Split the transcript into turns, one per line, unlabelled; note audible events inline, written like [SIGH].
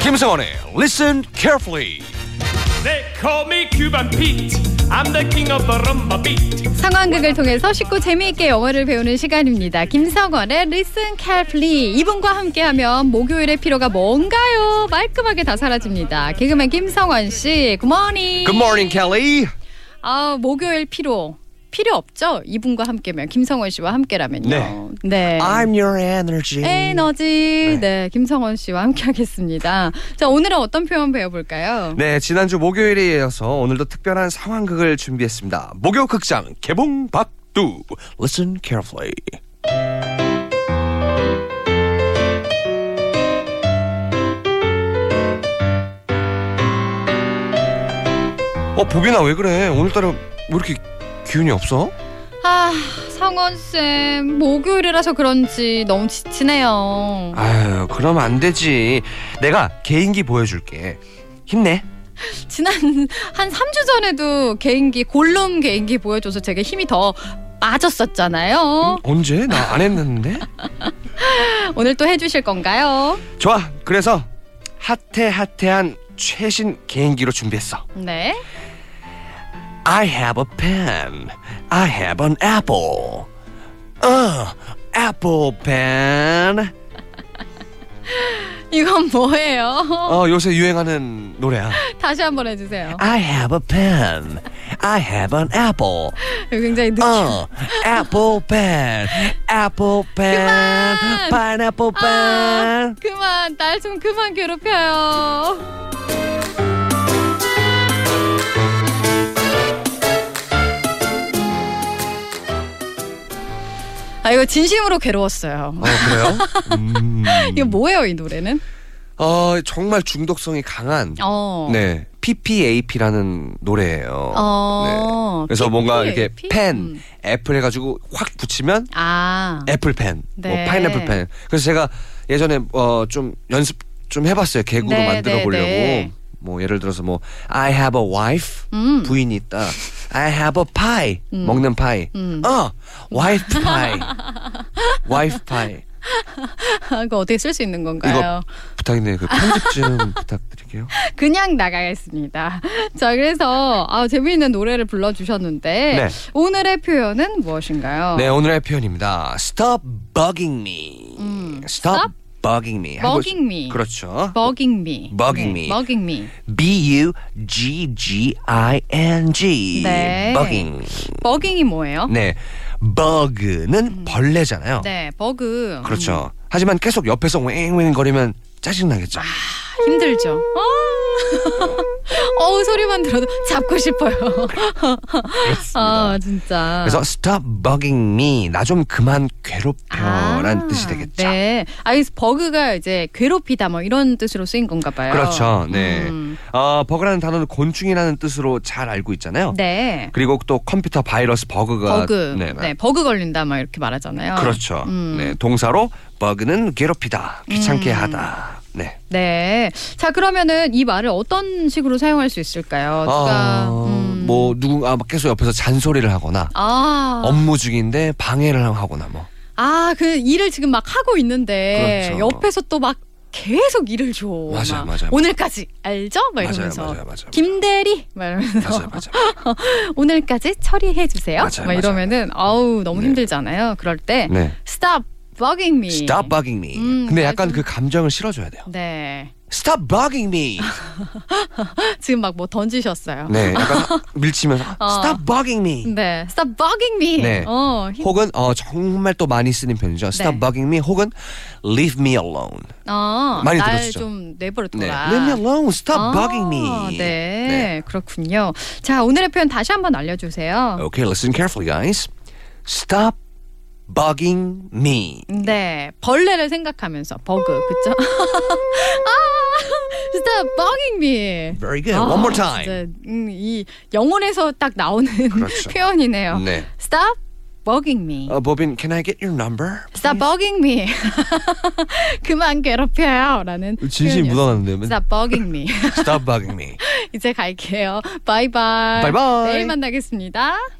김성원의 Listen Carefully.
They call me Cuban Pete. I'm the king of the rumba beat.
상황극을 통해서 쉽고 재미있게 영어를 배우는 시간입니다. 김성원의 Listen Carefully 이분과 함께하면 목요일의 피로가 뭔가요? 말끔하게 다 사라집니다. 개그맨 김성원 씨, 굿모닝.
Good morning, Kelly.
아 목요일 피로 필요 없죠? 이분과 함께면 김성원 씨와 함께라면요. 네.
I'm your energy.
에너지. 네. 김성원 씨와 함께하겠습니다. 자, 오늘은 어떤 표현 배워볼까요?
네, 지난주 목요일에 이어서 오늘도 특별한 상황극을 준비했습니다. 목요 극장 개봉 박두. Listen carefully. 어, 보빈아 왜 그래? 오늘따라 왜 이렇게 기운이 없어?
아, 성원 쌤 목요일이라서 그런지 너무 지치네요.
아유, 그럼 안 되지. 내가 개인기 보여줄게. 힘내.
지난 [LAUGHS] 한 3주 전에도 개인기 골룸 개인기 보여줘서 제가 힘이 더 빠졌었잖아요.
언제? 나 안 했는데?
오늘 또 해주실 건가요?
좋아. 그래서 핫해핫해한 최신 개인기로 준비했어.
네.
I have a pen. I have an apple. 어, apple pen.
이건 뭐예요? [LAUGHS]
어, 요새 유행하는 노래야.
다시 한번 해주세요.
I have a pen. I have an apple.
이거 굉장히 느낌.
어, apple pen. Apple pen.
그만!
Pineapple
아,
pen.
그만 날 좀 그만 괴롭혀요. 아 이거 진심으로 괴로웠어요.
어,
[LAUGHS]
그래요? 음.
이거 뭐예요 이 노래는?
어, 정말 중독성이 강한
어.
네. PPAP라는 노래예요.
어.
네. 그래서 뭔가
PPAP?
이렇게 펜,
음.
애플 해가지고 확 붙이면
아. [LAUGHS]
애플펜,
네.
뭐 파인애플 펜. 그래서 제가 예전에 어, 좀 연습 좀 해봤어요. 개구로
네,
만들어
네,
보려고.
네.
뭐 예를 들어서 뭐 I have a wife
음.
부인이 있다. I have a pie 먹는 파이.
음.
어, wife
[LAUGHS]
pie, wife pie.
이거 어떻게 쓸 수 있는 건가요?
이거 부탁인데 그 편집 좀 부탁드릴게요.
그냥 나가겠습니다. [LAUGHS] 자 그래서 아 재미있는 노래를 불러주셨는데
네.
오늘의 표현은 무엇인가요?
네 오늘의 표현입니다. Stop bugging me. Stop,
음. stop
bugging me.
bugging
한국-
me.
그렇죠.
Bugging me.
Bugging
네,
me.
Bugging me.
B U G G I N G.
네.
bugging.
Bugging이 뭐예요?
네. bug는 벌레잖아요.
음. 네, 버그.
그렇죠. 하지만 계속 옆에서 웽웽 거리면 짜증 나겠죠.
음, 힘들죠.
[LAUGHS]
어. 어우 소리만 들어도 잡고 싶어요. [LAUGHS] 아 진짜.
그래서 stop bugging me. 나 좀 그만 괴롭혀란 뜻이 되겠죠.
네, 아, 이 버그가 이제 괴롭히다 뭐 이런 뜻으로 쓰인 건가 봐요.
그렇죠. 네.
음.
어, 버그라는 단어는 곤충이라는 뜻으로 잘 알고 있잖아요.
네.
그리고 또 컴퓨터 바이러스 버그가
버그.
네,
네, 버그 걸린다 막 이렇게 말하잖아요.
그렇죠.
음.
네, 동사로 버그는 괴롭히다, 귀찮게 하다. 네.
네. 자, 그러면은 이 말을 어떤 식으로 사용할 수 있을까요? 누가
아,
음.
뭐 누군가 막 계속 옆에서 잔소리를 하거나
아.
업무 중인데 방해를 하거나 뭐.
아, 그 일을 지금 막 하고 있는데
그렇죠.
옆에서 또 막 계속 일을 줘.
맞아요,
막
맞아요.
오늘까지 알죠? 막
맞아요,
이러면서.
맞아요, 맞아요.
김대리 막 이러면서 [LAUGHS]
맞아요, 맞아요.
오늘까지 처리해 주세요.
맞아요,
막
맞아요.
이러면은 아우 너무
네.
힘들잖아요. 그럴 때
네.
stop bugging me.
Stop bugging me.
음,
근데 약간
좀-
그 감정을 실어줘야 돼요.
네. [LAUGHS]
Stop bugging me.
지금 막 뭐 던지셨어요. [LAUGHS]
네, 약간 밀치면서 Stop bugging me.
네. stop bugging me.
네.
어, 힘-
혹은 어, 정말 또 많이 쓰는 편이죠. Stop
네.
bugging me. 혹은 Leave me alone.
어,
많이 들으시죠?
날좀 내버려
네.
둬라.
Leave me alone. Stop
아,
bugging me.
네. 그렇군요. 자, 오늘의 표현 다시 한번 알려주세요.
Okay, listen carefully, guys. Stop bugging me.
네, 벌레를 생각하면서 버그, 그쵸? [LAUGHS] 아, stop bugging me.
Very good. 네, One more time.
진짜, 음, 이 영혼에서 딱 나오는
그렇죠.
[LAUGHS] 표현이네요.
네.
Stop bugging me.
어, 보빈, can I get your number?
Stop bugging me. [LAUGHS] 그만 괴롭혀요. 라는
진심이
표현이었어요.
묻어나는데.
Stop bugging me. [LAUGHS]
Stop bugging me.
이제 갈게요. 바이바이.
바이바이.
내일 만나겠습니다.